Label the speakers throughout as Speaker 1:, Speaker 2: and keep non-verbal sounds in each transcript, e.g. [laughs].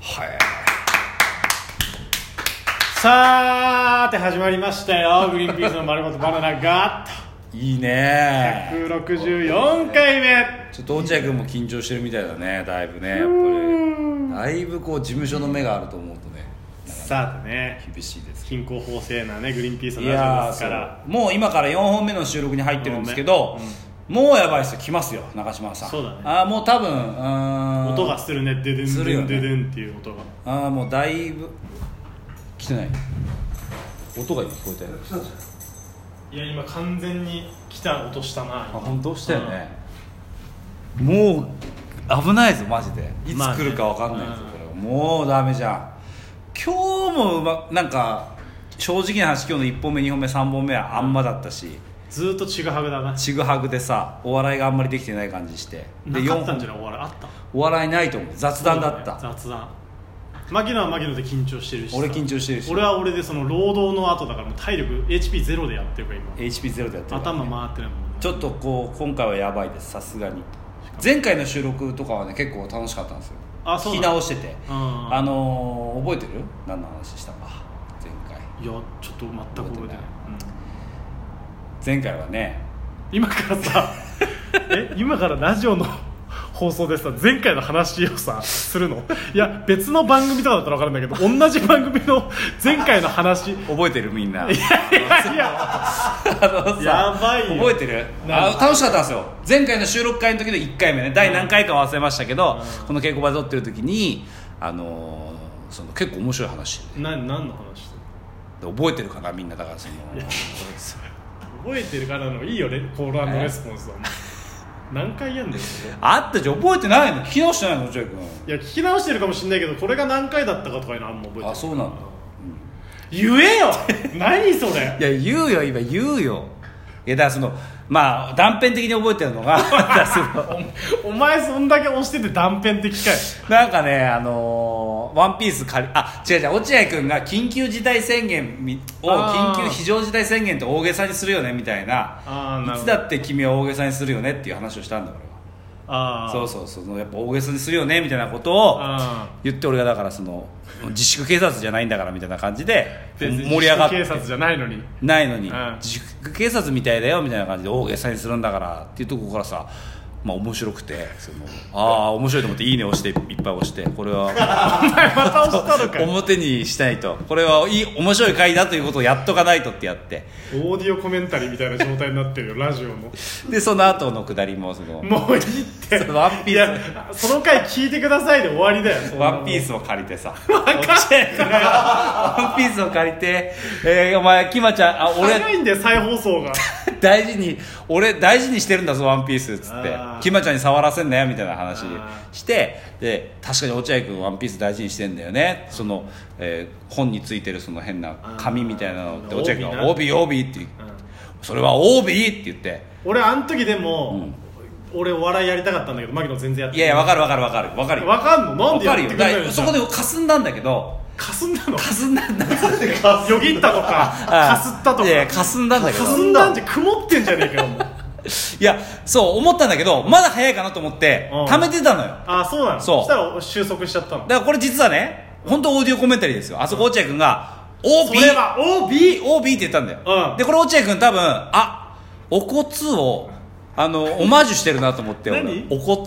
Speaker 1: はいさーて始まりましたよグリーンピースの丸ごとバナナガ
Speaker 2: いいね
Speaker 1: ーッと164回目
Speaker 2: ちょっと落合君も緊張してるみたいだねだいぶねやっぱりだいぶこう事務所の目があると思うとね
Speaker 1: さてね
Speaker 2: 厳しいです
Speaker 1: 貧困法制なねグリーンピース
Speaker 2: い
Speaker 1: のラジオ
Speaker 2: や
Speaker 1: ですから
Speaker 2: ーそうもう今から4本目の収録に入ってるんですけど
Speaker 1: 四本、
Speaker 2: もうやばいっすよ来ますよ中島さん
Speaker 1: そうだね
Speaker 2: あーもう多分うーん
Speaker 1: 音がするねデデン
Speaker 2: する
Speaker 1: デ
Speaker 2: よ
Speaker 1: ン
Speaker 2: ね
Speaker 1: デデンっていう音が
Speaker 2: ああもうだいぶ来てない音が今聞こえたよ
Speaker 1: いや今完全に来た音したな
Speaker 2: あ本当したよね、もう危ないぞマジでいつ
Speaker 1: まあね
Speaker 2: 来るか分かんないぞ、
Speaker 1: うん
Speaker 2: これはもうダメじゃん今日もうまなんか正直な話今日の1本目2本目3本目はあんまだったし
Speaker 1: ずーっとちぐはぐだな
Speaker 2: ちぐはぐでさお笑いがあんまりできてない感じしてで
Speaker 1: なかったんじ
Speaker 2: 四
Speaker 1: ゃないお笑いあった
Speaker 2: 本お笑いないと思う雑談だった
Speaker 1: 雑談牧野は牧野で緊張してるしさ
Speaker 2: 俺緊張してるし
Speaker 1: 俺は俺でその労働の後だからもう体力 HP ゼロでやってるから
Speaker 2: HP0 でやって
Speaker 1: 今
Speaker 2: るからね
Speaker 1: 頭回ってないもんね
Speaker 2: ちょっとこう今回はやばいですさすがに前回の収録とかはね結構楽しかったんですよ
Speaker 1: あそう
Speaker 2: 聞き
Speaker 1: なの
Speaker 2: 直してて、
Speaker 1: うん
Speaker 2: あのー覚えてる何の話したか前回
Speaker 1: いやちょっと全く覚えてない
Speaker 2: 覚えてない前回はね
Speaker 1: うん今から [laughs] さえ今からラジオの放送でさ前回の話をさするのいや別の番組とかだったら分かるんだけど同じ番組の前回の [laughs] 話
Speaker 2: 覚えてるみんな
Speaker 1: いや
Speaker 2: あのさ
Speaker 1: やばいよ
Speaker 2: 覚えてる
Speaker 1: なん
Speaker 2: あ
Speaker 1: か
Speaker 2: 楽しかったんですよ前回の収録会の時の1回目ね第何回かは忘れましたけど、
Speaker 1: うん
Speaker 2: この稽古場で撮ってる時にあのーその結構面白い話して
Speaker 1: な何の話してん
Speaker 2: てで
Speaker 1: の
Speaker 2: 覚えてるかなみんなだからその
Speaker 1: 覚えてるからのいいよねコールアンドレスポンスは何回やんだよそれ
Speaker 2: あったじゃん覚えてないの聞き直してないの落合君
Speaker 1: いや聞き直してるかもしれないけどこれが何回だったかとかいうのあんま覚えてない
Speaker 2: あそうなんだ
Speaker 1: 言え [laughs] よ何それ
Speaker 2: いや言うよ今言うよいやだからそのまあ断片的に覚えてるのが [laughs] だからその
Speaker 1: [laughs] お前そんだけ押してて断片的かい
Speaker 2: なんかねあのーワンピース借りあ違う違う落合君が緊急事態宣言みを
Speaker 1: あー
Speaker 2: 緊急非常事態宣言って大げさにするよねみたいな
Speaker 1: あーなるほど
Speaker 2: いつだって君は大げさにするよねっていう話をしたんだ俺は
Speaker 1: ああ
Speaker 2: そうそうそうそのやっぱ大げさにするよねみたいなことを
Speaker 1: あ
Speaker 2: 言って俺がだからその自粛警察じゃないんだからみたいな感じで
Speaker 1: 盛
Speaker 2: 盛り
Speaker 1: り
Speaker 2: 上
Speaker 1: 上
Speaker 2: が
Speaker 1: が
Speaker 2: って
Speaker 1: 警察じゃないのに
Speaker 2: ないのに、
Speaker 1: うん
Speaker 2: 自粛警察みたいだよみたいな感じで大げさにするんだからっていうところからさまあ面白くてそのああ面白いと思って「いいね」押していっぱい押してこれは
Speaker 1: お前また押したのかい
Speaker 2: 表にしないとこれはいい面白い回だということをやっとかないとってやって
Speaker 1: オーディオコメンタリーみたいな状態になってるよラジオのも
Speaker 2: でその後のくだりもその
Speaker 1: ういいって
Speaker 2: その [laughs] ワンピース
Speaker 1: いやその回聞いてくださいで終わりだよそんな
Speaker 2: ワ
Speaker 1: の
Speaker 2: ンピースを借りてさワンピースを借りて、えーお前キマちゃんあ俺
Speaker 1: 早いんだよ再放
Speaker 2: [laughs]
Speaker 1: 送が
Speaker 2: 大事に俺大事にしてるんだぞワンピースっつって
Speaker 1: あー
Speaker 2: キマちゃんに触らせんなよみたいな話
Speaker 1: あ
Speaker 2: してで確かに落合君ワンピース大事にしてんだよねその、えー本についてるその変な紙みたいなのって
Speaker 1: あー
Speaker 2: 落合君が「
Speaker 1: 帯
Speaker 2: 帯帯」って言う
Speaker 1: うん
Speaker 2: それは帯って言って
Speaker 1: 俺あの時でも俺お笑いやりたかったんだけど牧野全然や
Speaker 2: 「い
Speaker 1: って
Speaker 2: やいや
Speaker 1: わ
Speaker 2: 分かる分かる分かる分かるよ
Speaker 1: わかんのなんで
Speaker 2: わ
Speaker 1: や
Speaker 2: か
Speaker 1: って
Speaker 2: るよ
Speaker 1: くれ
Speaker 2: だ
Speaker 1: な
Speaker 2: か
Speaker 1: い
Speaker 2: ら
Speaker 1: の
Speaker 2: そこでかすんだんだけど
Speaker 1: かすんだの
Speaker 2: かすんだんだ
Speaker 1: よぎったとか
Speaker 2: あー
Speaker 1: かすったとか
Speaker 2: いやいやかすんだんだけど
Speaker 1: かすんだんじゃ曇ってんじゃねえかよもう
Speaker 2: いやそう思ったんだけどまだ早いかなと思って
Speaker 1: うん
Speaker 2: 溜めてたのよ
Speaker 1: ああそうなの
Speaker 2: そう
Speaker 1: したら収束しちゃったの
Speaker 2: だからこれ実はね本当オーディオコメンタリーですよあそこ落合君が「
Speaker 1: そ
Speaker 2: OB」
Speaker 1: れは OB
Speaker 2: OB って言ったんだよ、
Speaker 1: うん
Speaker 2: でこれ落合君多分あお骨をあのオマージュしてるなと思って俺
Speaker 1: 何
Speaker 2: お骨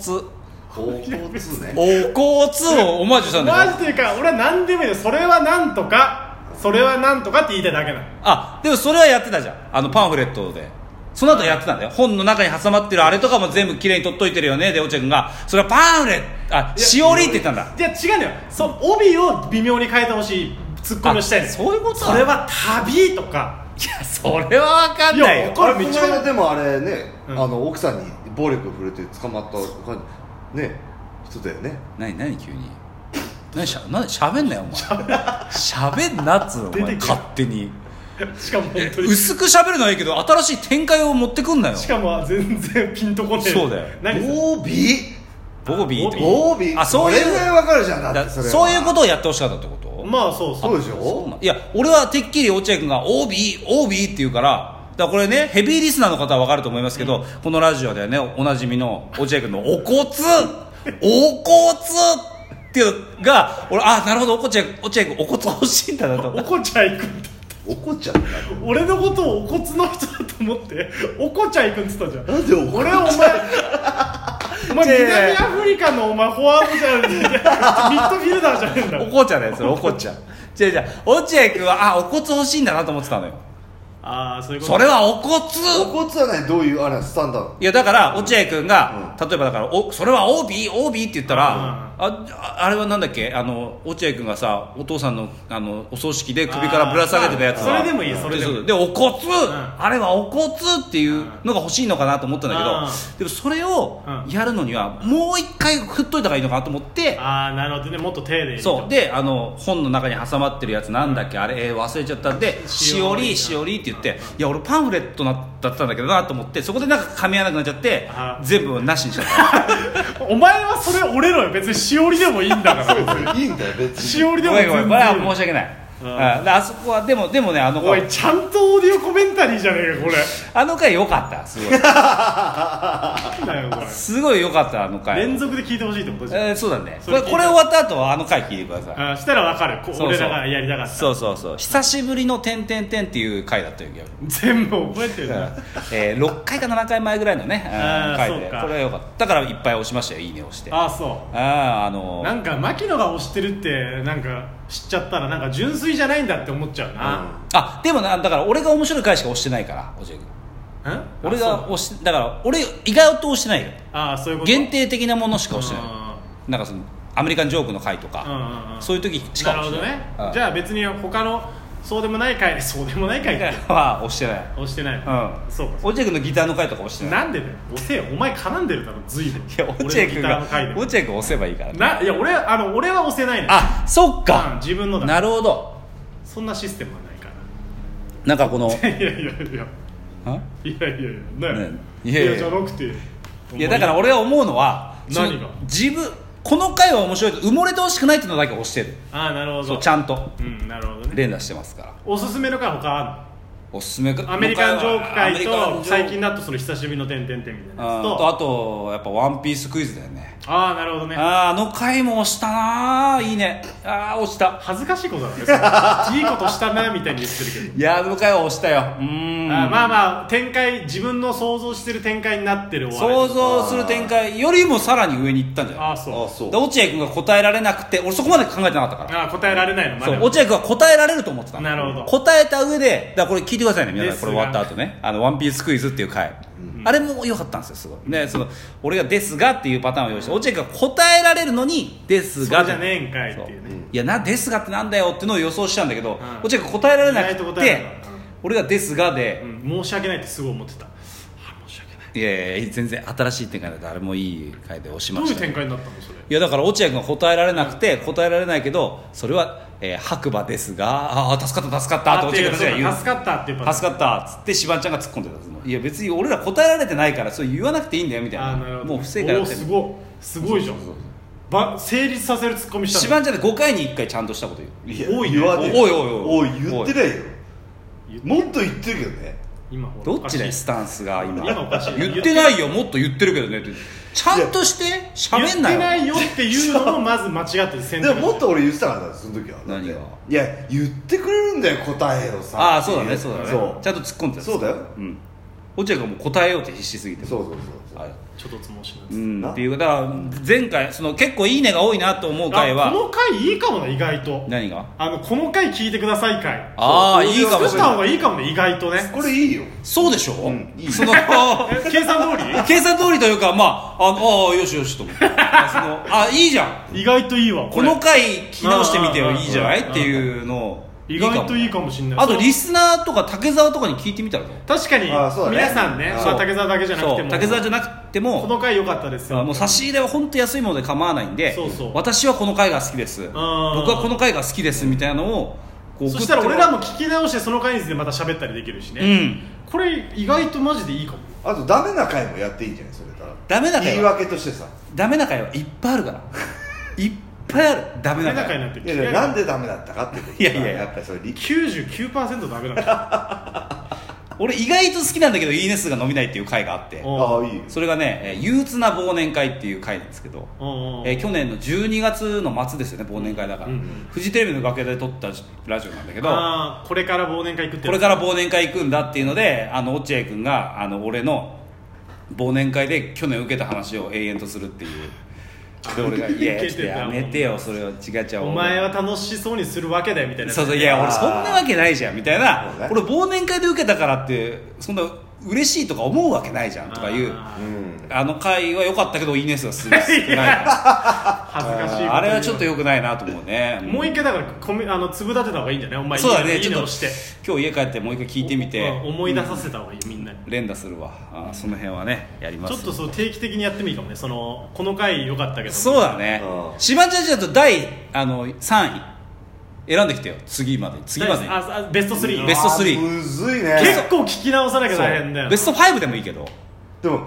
Speaker 3: 高校通ね
Speaker 2: お骨をオマージュしたんだ
Speaker 1: マ
Speaker 2: よ
Speaker 1: ジというか俺は何でもいいよそれはなんとかそれはなんとかって言いたいだけなの
Speaker 2: あでもそれはやってたじゃんあのパンフレットでその後やってたんだよ本の中に挟まってるあれとかも全部きれいに取っといてるよねで落合君がそれはパンフレットあしおりって言ったんだ
Speaker 1: いや違うのよそ帯を微妙に変えてほしいツッコミをしたいの
Speaker 2: あそういうことなの
Speaker 1: それは旅とか
Speaker 2: いやそれは分かんない
Speaker 1: い
Speaker 2: よ
Speaker 1: や
Speaker 3: これ道のでもあれね、
Speaker 1: うん
Speaker 3: あの奥さんに暴力振るって捕まった感じね人だよね
Speaker 2: 何何急に何しゃ何しゃべんなよお前しゃべんなっつうのお
Speaker 1: 出て
Speaker 2: 前
Speaker 1: け
Speaker 2: 勝手に
Speaker 1: しかも本当に
Speaker 2: 薄くしゃべるのはいいけど新しい展開を持ってくんなよ
Speaker 1: しかも全然ピンとこねえ
Speaker 2: そうだよ
Speaker 1: 何それ
Speaker 3: オービ
Speaker 2: ボビーって
Speaker 1: ボビー
Speaker 3: オービ
Speaker 2: あそういう
Speaker 3: れぐらいわかるじゃんだっ
Speaker 2: だ
Speaker 3: て
Speaker 2: そ
Speaker 3: それは
Speaker 2: ういうことをやってほしかったってこと、
Speaker 1: まあそうそ
Speaker 3: そう
Speaker 1: う
Speaker 3: でし
Speaker 2: そうなん
Speaker 3: ょ
Speaker 2: いや俺はてっきり落合君が OBOB って言うからだからこれねヘビーリスナーの方は分かると思いますけど、このラジオではねおなじみの落合君の「お骨お骨っていうのが俺あなるほど落合君落合君お骨欲しいんだ
Speaker 1: [laughs]
Speaker 2: なと
Speaker 1: おこちゃいくんって
Speaker 3: 怒っちゃった
Speaker 1: 俺のことをお骨の人だと思っておこちゃいくんって言ったじゃん
Speaker 3: なんで怒っ
Speaker 1: 俺
Speaker 3: ちゃ
Speaker 1: はお前お前
Speaker 2: 違う違う
Speaker 1: 南アフリカのお前フォワードじゃ [laughs] ねえんだよミッドフィルダーじゃねえんだ
Speaker 2: お
Speaker 1: よ
Speaker 2: こちゃだよそれおこちゃ違う違う落合君はあお骨欲しいんだなと思ってたのよ
Speaker 1: ああそういうこと
Speaker 2: それ
Speaker 1: は
Speaker 2: はお骨
Speaker 3: [laughs] 怒ってはないどういうあれスタンダード
Speaker 2: いやだから落合君が、例えばだからおそれは OBOB って言ったら、
Speaker 1: うん
Speaker 2: あああれはなんだっけあの落合君がさお父さんのあのお葬式で首からぶら下げてたやつは
Speaker 1: あーそれでもいいそれでもいい
Speaker 2: でお骨、
Speaker 1: ん
Speaker 2: あれはお骨っていうのが欲しいのかなと思ったんだけど、
Speaker 1: うん
Speaker 2: でもそれを
Speaker 1: うん
Speaker 2: やるのにはもう一回振っといた方がいいのかなと思って、
Speaker 1: ああなるほどねもっと丁寧にと
Speaker 2: そうであの本の中に挟まってるやつなんだっけあれ、えー忘れちゃったんで「
Speaker 1: し
Speaker 2: し
Speaker 1: お
Speaker 2: お
Speaker 1: り
Speaker 2: りしおり」って言って「いや俺パンフレットなだったんだけどな」と思ってそこでなんか噛み合わなくなっちゃって
Speaker 1: あ
Speaker 2: 全部なしにしちゃった
Speaker 1: お前はそれ折れろよ別にしおりでもいいんだから
Speaker 3: いいんだよ別
Speaker 1: し
Speaker 3: に
Speaker 1: お [laughs] りで
Speaker 2: ご
Speaker 1: も全
Speaker 2: めんごめ
Speaker 1: 然
Speaker 2: んこれは申し訳ない
Speaker 1: うん
Speaker 2: ああそこはでもでもねあの
Speaker 1: おい
Speaker 2: 回
Speaker 1: ちゃんとオーディオコメンタリーじゃねえかこれ
Speaker 2: あの回良かったす
Speaker 1: [laughs]
Speaker 2: ごい
Speaker 1: なんだよこれ
Speaker 2: すごい良かったあの回
Speaker 1: 連続で聞いてほしいってことじゃん、
Speaker 2: えーそうだね
Speaker 1: そ
Speaker 2: こ
Speaker 1: れ聞
Speaker 2: れ
Speaker 1: いた
Speaker 2: これ終わった後はあの回聞いてください
Speaker 1: あーしたらわかるこ
Speaker 2: そうそう
Speaker 1: 俺らがやりたかった
Speaker 2: そうそうそう久しぶりの「てんてんてん」っていう回だったよ逆に
Speaker 1: 全部覚えてるな
Speaker 2: えー、6回か7回前ぐらいのね、
Speaker 1: あ
Speaker 2: あ
Speaker 1: ー
Speaker 2: ー書い
Speaker 1: そう
Speaker 2: て
Speaker 1: か
Speaker 2: これはよかっただからいっぱい押しましたよ「いいね」押してあ
Speaker 1: ああそ
Speaker 2: あーあ
Speaker 1: う
Speaker 2: の
Speaker 1: な
Speaker 2: ー
Speaker 1: んか牧野が推してるってなんか知っちゃったらなんか純粋じゃないんだって思っちゃうな、
Speaker 2: あでもなだから俺が面白い回しか押してないから落合君
Speaker 1: うん、
Speaker 2: 俺
Speaker 1: あ
Speaker 2: が
Speaker 1: そう
Speaker 2: 押しだから俺意外と押してないよ
Speaker 1: ああそういうこと
Speaker 2: 限定的なものしか押して
Speaker 1: うん
Speaker 2: ないなんかそのアメリカンジョークの回と
Speaker 1: うん
Speaker 2: か、
Speaker 1: うんうん
Speaker 2: そういう時し
Speaker 1: な
Speaker 2: か
Speaker 1: るほ
Speaker 2: 押し
Speaker 1: ど
Speaker 2: てない
Speaker 1: ね
Speaker 2: うん
Speaker 1: じゃあ別に他のそうでもない回でそうでもない回って
Speaker 2: は押してない
Speaker 1: 押してない、
Speaker 2: うん
Speaker 1: そうか
Speaker 2: 落合君のギターの回とか押してない
Speaker 1: なんでだよ押せよお前絡んでるだろ随分
Speaker 2: いや落合君
Speaker 1: 俺のギターの回
Speaker 2: が
Speaker 1: で
Speaker 2: 落合君押せばいいから、
Speaker 1: ないや俺あの俺は押せないの
Speaker 2: あそっ
Speaker 1: うん
Speaker 2: か
Speaker 1: 自分のだ
Speaker 2: なるほど
Speaker 1: そんなシステムはないか
Speaker 2: なんかこ
Speaker 1: [laughs]
Speaker 2: の
Speaker 1: らいやいやいや
Speaker 2: ん
Speaker 1: いやいやいやね
Speaker 2: ねいやいや
Speaker 1: じゃなくて
Speaker 2: いやだから俺は思うのは
Speaker 1: 何
Speaker 2: その
Speaker 1: が
Speaker 2: 自分この回は面白いと埋もれてほしくないっていうのだけ押してる
Speaker 1: ああなるほど
Speaker 2: そうちゃんと
Speaker 1: うんなるほどね
Speaker 2: 連打してますから
Speaker 1: おすすめの回他あ
Speaker 2: おすすめ
Speaker 1: るのアメリカンジョーク
Speaker 2: アメ
Speaker 1: 回
Speaker 2: リカンジョー
Speaker 1: と
Speaker 2: ク
Speaker 1: 最近だとその久しぶりの点々点みたいな
Speaker 2: あ
Speaker 1: やつ
Speaker 2: ー
Speaker 1: と
Speaker 2: とあとやっぱ「ワンピースクイズだよね
Speaker 1: ああなるほどね
Speaker 2: あーあの回も押したなーいいねああ押した
Speaker 1: 恥ずかしいこと
Speaker 2: [laughs]
Speaker 1: だねいいことしたなみたいに言ってるけど
Speaker 2: いやーあの回は押したようーん
Speaker 1: あーまあまあ展開自分の想像してる展開になってるお笑
Speaker 2: 想
Speaker 1: い
Speaker 2: 像する展開よりもさらに上に行ったんじゃない
Speaker 1: あーそう
Speaker 3: あそう
Speaker 2: で落合君が答えられなくて俺そこまで考えてなかったから
Speaker 1: あー答えられないのま
Speaker 2: そ
Speaker 1: だ
Speaker 2: う落合君は答えられると思ってたの
Speaker 1: なるほど
Speaker 2: 答えた上でだからこれ聞いてくださいね皆
Speaker 1: で
Speaker 2: さん
Speaker 1: す
Speaker 2: こ
Speaker 1: が
Speaker 2: れ終わった後ね「あのワンピースクイズ」っていう回、あれも良かったんですよすごいねその俺が「ですが」っていうパターンを用意して落合君が答えられるのに「です
Speaker 1: そ
Speaker 2: が」
Speaker 1: うじゃねえんかいっていうね
Speaker 2: いやな「ですが」ってなんだよってのを予想したんだけど、
Speaker 1: ん
Speaker 2: 落合君答えられな
Speaker 1: 意外と
Speaker 2: く
Speaker 1: 答えられ
Speaker 2: て
Speaker 1: なかったうん
Speaker 2: 俺が「ですが」で、
Speaker 1: うん申し訳ないってすごい思ってたあー申し訳ない
Speaker 2: いやいや全然新しい展開だったあれもいい回で押しま
Speaker 1: どうい
Speaker 2: し
Speaker 1: う
Speaker 2: たね、
Speaker 1: 展開になったのそれ
Speaker 2: いやだから落合君が答えられなくて答えられないけどそれは、えー白馬ですがああ助かった助かったって
Speaker 1: あ
Speaker 2: 落合君たちが
Speaker 1: ってい
Speaker 2: 言
Speaker 1: う
Speaker 2: う
Speaker 1: そうか助かったっていうパターン
Speaker 2: 助かったっつってしばんちゃんが突っ込んでたんですもんいや別に俺ら答えられてないからそれ言わなくていいんだよみたい
Speaker 1: あ
Speaker 2: な
Speaker 1: ーなるほど
Speaker 2: もう不正解だ
Speaker 1: お
Speaker 2: っ
Speaker 1: ー
Speaker 2: たよ
Speaker 1: すごいすごいじゃんば成立させるツッコミし
Speaker 2: したば
Speaker 1: の
Speaker 2: んちゃんって5回に1回ちゃんとしたこと言う
Speaker 3: いや
Speaker 1: 多いね
Speaker 3: 言わねえ
Speaker 2: おいおいおい
Speaker 3: おい言ってないよもっと言ってるけどね
Speaker 1: 今ほら
Speaker 2: どっちだよ
Speaker 1: おかしい
Speaker 2: スタンスが今
Speaker 1: 今おかしい
Speaker 2: 言ってないよもっと言ってるけどねってちゃんとして
Speaker 1: 言
Speaker 2: 喋
Speaker 1: って
Speaker 2: んなよ
Speaker 1: ないよっていうのもまず間違ってる先
Speaker 3: でももっと俺言ってたからだその時はだって
Speaker 2: 何が
Speaker 3: いや言ってくれるんだよ答えをさ
Speaker 2: ああそうだねそうだねち
Speaker 3: そ
Speaker 2: ゃんと突っ込んでた
Speaker 3: そうだよ
Speaker 2: うん落合君も答えようって必死すぎて
Speaker 3: うそうそうそう
Speaker 2: あれ
Speaker 1: ちょっとつ申し
Speaker 2: う
Speaker 1: なん
Speaker 3: な
Speaker 2: っていうだから前回その結構「いいね」が多いなと思う回
Speaker 1: あこ
Speaker 2: は
Speaker 1: の回いいかもな意外と
Speaker 2: 何が
Speaker 1: あのこの回聞いてください回
Speaker 2: ああいいかも
Speaker 1: 作
Speaker 2: し
Speaker 1: っ
Speaker 2: れな
Speaker 1: た
Speaker 2: い
Speaker 1: 方がいいかもね意外とね
Speaker 3: これいいよ
Speaker 2: そうでしょ、
Speaker 3: んいい
Speaker 2: その
Speaker 1: え計算通
Speaker 2: 計算通りというかまああのああよしよしと思ってそのあいいじゃん
Speaker 1: り意外といいわ
Speaker 2: こ
Speaker 1: れ
Speaker 2: の回聞き直してみてよ
Speaker 1: うんうんうん
Speaker 2: いいじゃないっていうのを
Speaker 1: 意外といい
Speaker 2: かも
Speaker 1: かもしれない
Speaker 2: あと
Speaker 1: そう
Speaker 2: リスナーとか竹澤とかに聞いてみたらどう
Speaker 1: 確かに
Speaker 3: あそうだね
Speaker 1: 皆さんね
Speaker 3: うん
Speaker 1: そう竹澤だけじゃなくて
Speaker 2: そう
Speaker 1: も
Speaker 2: 竹澤じゃなくて
Speaker 1: こ
Speaker 2: も
Speaker 1: の回良かったですよ
Speaker 2: あもう差し入れは本当安いもので構わないんで
Speaker 1: そうそう
Speaker 2: 私はこの回が好きです僕はこの回が好きですみたいなのをこう
Speaker 1: そしたら俺ら
Speaker 2: も
Speaker 1: も聞き直してその回についてまた喋ったりできるしね、
Speaker 2: うん
Speaker 1: これ意外とマジでいいかも
Speaker 3: あとダメな回もやっていいんじゃないそれから
Speaker 2: ダメな回は
Speaker 3: 言い訳としてさ
Speaker 2: ダメな回はいっぱいある
Speaker 1: [laughs]
Speaker 2: からいっぱいあるダメ
Speaker 1: ダメ
Speaker 2: な
Speaker 1: な
Speaker 2: 回
Speaker 1: 回なんて
Speaker 3: いやいやなんでダメだったかってこと
Speaker 2: いやいや
Speaker 3: [laughs] やっぱりそれ理
Speaker 1: 99%ダメなんだ
Speaker 2: 俺意外と好きなんだけどいいね数が伸びないっていう回があって
Speaker 1: お
Speaker 3: ああいい
Speaker 2: それがね、えー憂鬱な忘年会っていう回なんですけど、
Speaker 1: うんうん
Speaker 2: えー去年の12月の末ですよね忘年会だから、
Speaker 1: うんうん
Speaker 2: フジテレビの楽屋で撮ったラジオなんだけど
Speaker 1: あーこれから忘年会行くって
Speaker 2: これから忘年会行くんだっていうのであの落合君があの俺の忘年会で去年受けた話を永遠とするっていうで俺が「いやちょ
Speaker 1: [laughs] 受け
Speaker 2: っと
Speaker 1: てた
Speaker 2: やめてよそれは違う違う
Speaker 1: お前は楽しそうにするわけだよみたいな
Speaker 2: そうそういや俺そんなわけないじゃんみたいな
Speaker 3: そうね
Speaker 2: 俺忘年会で受けたからってそんな嬉しいとか思うわけないじゃんとかいう
Speaker 1: あ
Speaker 3: うん
Speaker 2: あの回は良かったけどいいね数がすごい少ない
Speaker 1: 恥ずかしいこと言う
Speaker 2: あれはちょっと良くないなと思うねん
Speaker 1: もう一回だからコメあの粒立てた方がいいんじゃないお前
Speaker 2: そうだね
Speaker 1: いい
Speaker 2: ちょっ
Speaker 1: ね
Speaker 2: と
Speaker 1: をして
Speaker 2: 今日家帰ってもう一回聞いてみて
Speaker 1: うん思い出させた方がいいみんなに
Speaker 2: 連打するわあーその辺はねやりま
Speaker 1: ち
Speaker 2: す
Speaker 1: ょっとそう定期的にやってもいいかもねそのこの回良かったけど
Speaker 2: そうだね
Speaker 3: うん
Speaker 2: しばちゃんちだと第あの3位選んできてよ次まで次までに
Speaker 1: ああベスト3
Speaker 2: ベスト
Speaker 3: あ
Speaker 2: 3
Speaker 3: むずいね
Speaker 1: 結構聞き直さなきゃ
Speaker 2: そう
Speaker 1: 大変だよ
Speaker 2: ベスト5でもいいけど
Speaker 3: でも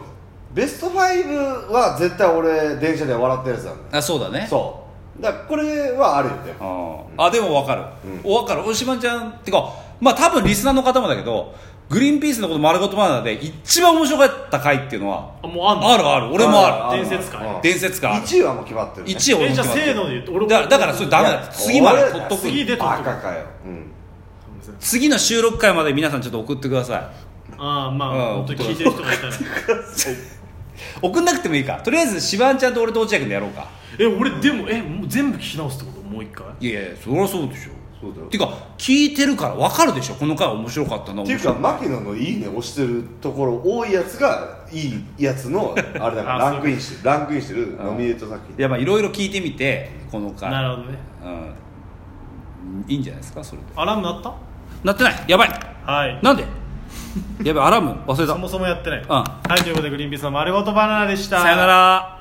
Speaker 3: ベスト5は絶対俺電車で笑ったやつなんだよ
Speaker 2: あそうだね
Speaker 3: そうだからこれはあるよね
Speaker 2: あーあでも分かる、
Speaker 3: う
Speaker 2: お分かるおしまちゃんってかまあ多分リスナーの方もだけどグリーンピースのこと丸ごとバナナで一番面白かった回っていうのは
Speaker 1: あもうあんの
Speaker 2: あるある俺もあ
Speaker 1: る伝説か
Speaker 3: うん
Speaker 2: 伝説か
Speaker 3: 1位はもう決まってるね
Speaker 2: 一応
Speaker 1: えじゃあせーので言って俺も
Speaker 2: だだからそれダメだよ次まで取っとく
Speaker 1: 次で撮っ
Speaker 3: バ
Speaker 1: とく
Speaker 3: カかようん
Speaker 2: 次の収録回まで皆さんちょっと送ってください
Speaker 1: ああま
Speaker 2: う
Speaker 1: あ
Speaker 2: ん
Speaker 1: 本当に聞いてる人がいたら
Speaker 2: 送んなくてもいいかとりあえずシバンちゃんと俺と落合君でやろうか
Speaker 1: え俺でもえもう全部聞き直すってこともう一回
Speaker 2: いやいやそりゃそうでしょ
Speaker 3: そうだよ
Speaker 2: ていうか聞いてるから分かるでしょこの回面白かったな
Speaker 3: って
Speaker 2: 面
Speaker 3: いうか
Speaker 2: 白かっ
Speaker 3: 牧野の「いいね」押してるところ多いやつがいいやつのあれだから
Speaker 1: [laughs] あそう
Speaker 3: ランクインしてるランクインしてるノミネート作
Speaker 2: た
Speaker 3: 品
Speaker 2: いやまあいろいろ聞いてみてこの回
Speaker 1: なるほどね
Speaker 2: うんいいんじゃないですかそれで
Speaker 1: アラーム鳴っ
Speaker 2: なってないやばい
Speaker 1: たはい
Speaker 2: なんでやばいアラーム忘れた
Speaker 1: そもそもやってない
Speaker 2: ん
Speaker 1: はいということでグリーンピースの丸ごとバナナでした
Speaker 2: さよなら